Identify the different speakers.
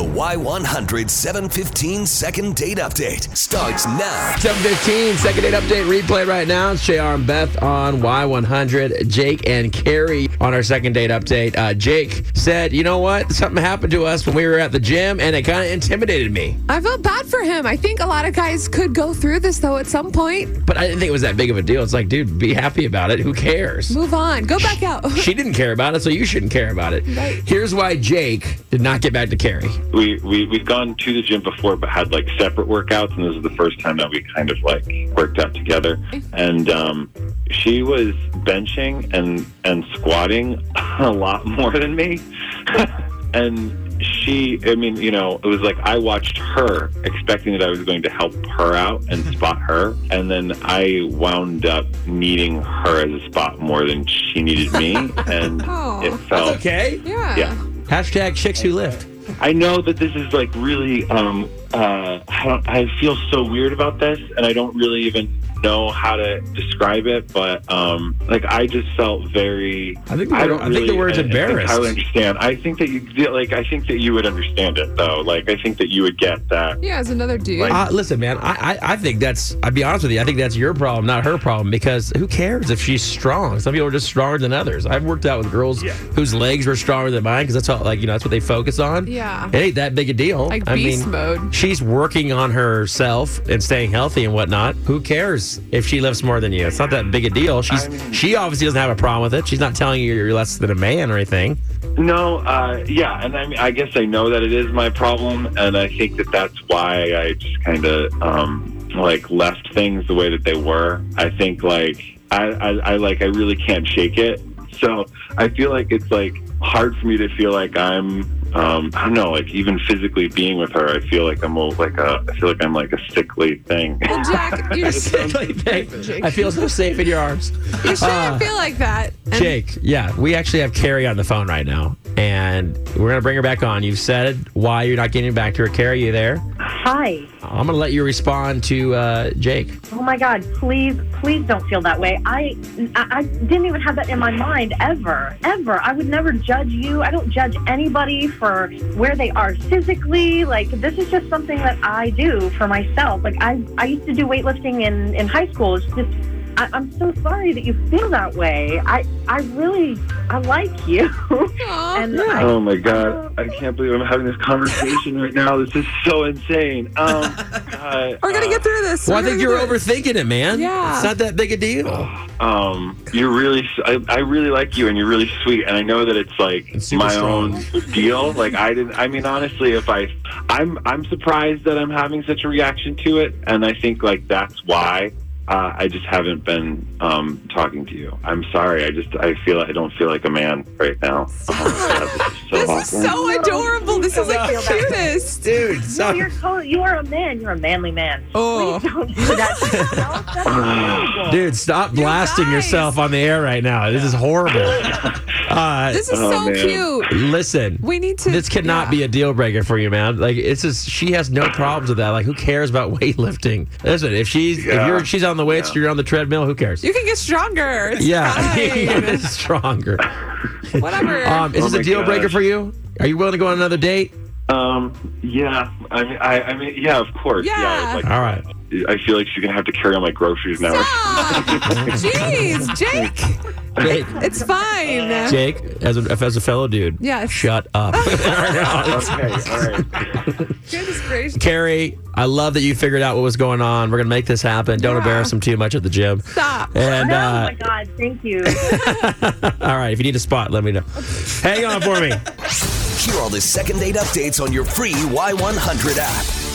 Speaker 1: Y100 715 second date update starts now.
Speaker 2: 715, second date update replay right now. It's JR and Beth on Y100. Jake and Carrie on our second date update. Uh, Jake said, You know what? Something happened to us when we were at the gym and it kind of intimidated me.
Speaker 3: I felt bad for him. I think a lot of guys could go through this though at some point.
Speaker 2: But I didn't think it was that big of a deal. It's like, dude, be happy about it. Who cares?
Speaker 3: Move on. Go back out.
Speaker 2: She didn't care about it, so you shouldn't care about it.
Speaker 3: Right.
Speaker 2: Here's why Jake did not get back to Carrie.
Speaker 4: we, we we'd gone to the gym before but had like separate workouts and this is the first time that we kind of like worked out together and um, she was benching and and squatting a lot more than me and she i mean you know it was like i watched her expecting that i was going to help her out and spot her and then i wound up needing her as a spot more than she needed me and
Speaker 3: Aw.
Speaker 4: it felt
Speaker 2: Okay.
Speaker 3: Yeah.
Speaker 4: yeah
Speaker 2: Hashtag chicks who lift.
Speaker 4: I know that this is like really. Um, uh, I don't. I feel so weird about this, and I don't really even know how to describe it. But um, like, I just felt very.
Speaker 2: I think the word-
Speaker 4: don't
Speaker 2: I think the
Speaker 4: really
Speaker 2: word's
Speaker 4: en- en-
Speaker 2: embarrassed.
Speaker 4: entirely understand. I think that you yeah, like. I think that you would understand it though. Like, I think that you would get that.
Speaker 3: Yeah, as another dude.
Speaker 4: Like-
Speaker 2: Uh, listen, man, I, I, I think that's, I'll be honest with you, I think that's your problem, not her problem, because who cares if she's strong? Some people are just stronger than others. I've worked out with girls whose legs were stronger than mine because that's all, like, you know, that's what they focus on.
Speaker 3: Yeah.
Speaker 2: It ain't that big a deal.
Speaker 3: Like
Speaker 2: I
Speaker 3: beast
Speaker 2: mean,
Speaker 3: mode.
Speaker 2: She's working on herself and staying healthy and whatnot. Who cares if she lifts more than you? It's not that big a deal. She's she obviously doesn't have a problem with it. She's not telling you you're less than a man or anything.
Speaker 4: No. Uh, yeah, and I mean, I guess I know that it is my problem, and I think that that's why I just kind of um, like left things the way that they were. I think like I, I, I like I really can't shake it. So I feel like it's like hard for me to feel like I'm. Um, I don't know, like even physically being with her, I feel like I'm a, like a, I feel like I'm like a sickly thing.
Speaker 3: Well, Jack, you're, you shouldn't
Speaker 2: I feel so safe in your arms. Ah.
Speaker 3: feel like that. And
Speaker 2: Jake, yeah, we actually have Carrie on the phone right now, and we're gonna bring her back on. You've said why you're not getting back to her. Carrie, you there?
Speaker 5: Hi.
Speaker 2: I'm gonna let you respond to uh, Jake.
Speaker 5: Oh my God! Please, please don't feel that way. I, I, I didn't even have that in my mind ever, ever. I would never judge you. I don't judge anybody for where they are physically. Like this is just something that I do for myself. Like I, I used to do weightlifting in in high school. It's just. I, I'm so sorry that you feel that way. I, I really, I like you.
Speaker 3: Aw.
Speaker 5: and I,
Speaker 4: Oh my god! I can't believe I'm having this conversation right now. This is so insane. Um, uh,
Speaker 3: we're gonna
Speaker 4: uh,
Speaker 3: get through this.
Speaker 2: Well, I
Speaker 3: We're
Speaker 2: think
Speaker 3: gonna
Speaker 2: you're
Speaker 3: get through this.
Speaker 2: overthinking it, man.
Speaker 3: Yeah. Oh.
Speaker 2: it's not that big a deal.
Speaker 4: um, you're really, I, I really like you, and you're really sweet. And I know that it's like
Speaker 2: It's super
Speaker 4: my
Speaker 2: strong.
Speaker 4: own deal. Like I didn't. I mean, honestly, if I, I'm, I'm surprised that I'm having such a reaction to it, and I think like that's why uh, I just haven't been um, talking to you. I'm sorry. I just, I feel, I don't feel like a man right now. Oh my God, this is so
Speaker 3: This is
Speaker 4: awkward.
Speaker 3: so adorable. This is like
Speaker 2: No.
Speaker 3: the cutest.
Speaker 2: Dude,
Speaker 5: no,
Speaker 2: so
Speaker 5: you're totally, you are a man. You're a manly man.
Speaker 3: Oh.
Speaker 5: Please don't do that. to yourself. That's horrible.
Speaker 2: dude, stop blasting
Speaker 3: guys.
Speaker 2: yourself on the air right now. This is horrible. uh,
Speaker 3: This is
Speaker 4: Oh,
Speaker 3: so
Speaker 4: man.
Speaker 3: cute.
Speaker 2: listen,
Speaker 3: We need to.
Speaker 2: this cannot be a deal breaker for you, man. Like it's just she has no problems with that. Like who cares about weightlifting? Listen, if she's if
Speaker 4: Yeah.
Speaker 2: you're she's on the weights, you're on the treadmill. Who cares?
Speaker 3: You can get stronger. It's
Speaker 2: yeah,
Speaker 3: fine.
Speaker 2: it's stronger.
Speaker 3: Whatever.
Speaker 2: Um, is
Speaker 4: Oh
Speaker 2: this a
Speaker 4: my
Speaker 2: deal
Speaker 4: gosh.
Speaker 2: breaker for you? Are you willing to go on another date?
Speaker 4: Um. Yeah. I mean. I. I mean. Yeah. Of course. Yeah.
Speaker 3: Yeah.
Speaker 4: like,
Speaker 2: All right.
Speaker 4: I feel like she's gonna have to carry all my groceries now.
Speaker 3: Stop. Jeez, Jake.
Speaker 2: Jake,
Speaker 3: It's fine.
Speaker 2: Jake as a, as a fellow dude,
Speaker 3: Yes.
Speaker 2: shut up.
Speaker 4: Okay. All right.
Speaker 3: Goodness gracious.
Speaker 2: Carrie, I love that you figured out what was going on. We're going to make this happen. Don't
Speaker 3: Yeah.
Speaker 2: embarrass him too much at the gym.
Speaker 3: Stop.
Speaker 2: And
Speaker 5: no,
Speaker 2: uh,
Speaker 5: oh my God, thank you.
Speaker 2: all right, if you need a spot, let me know. Hang on for me.
Speaker 1: Hear all the second date updates on your free Y100 app.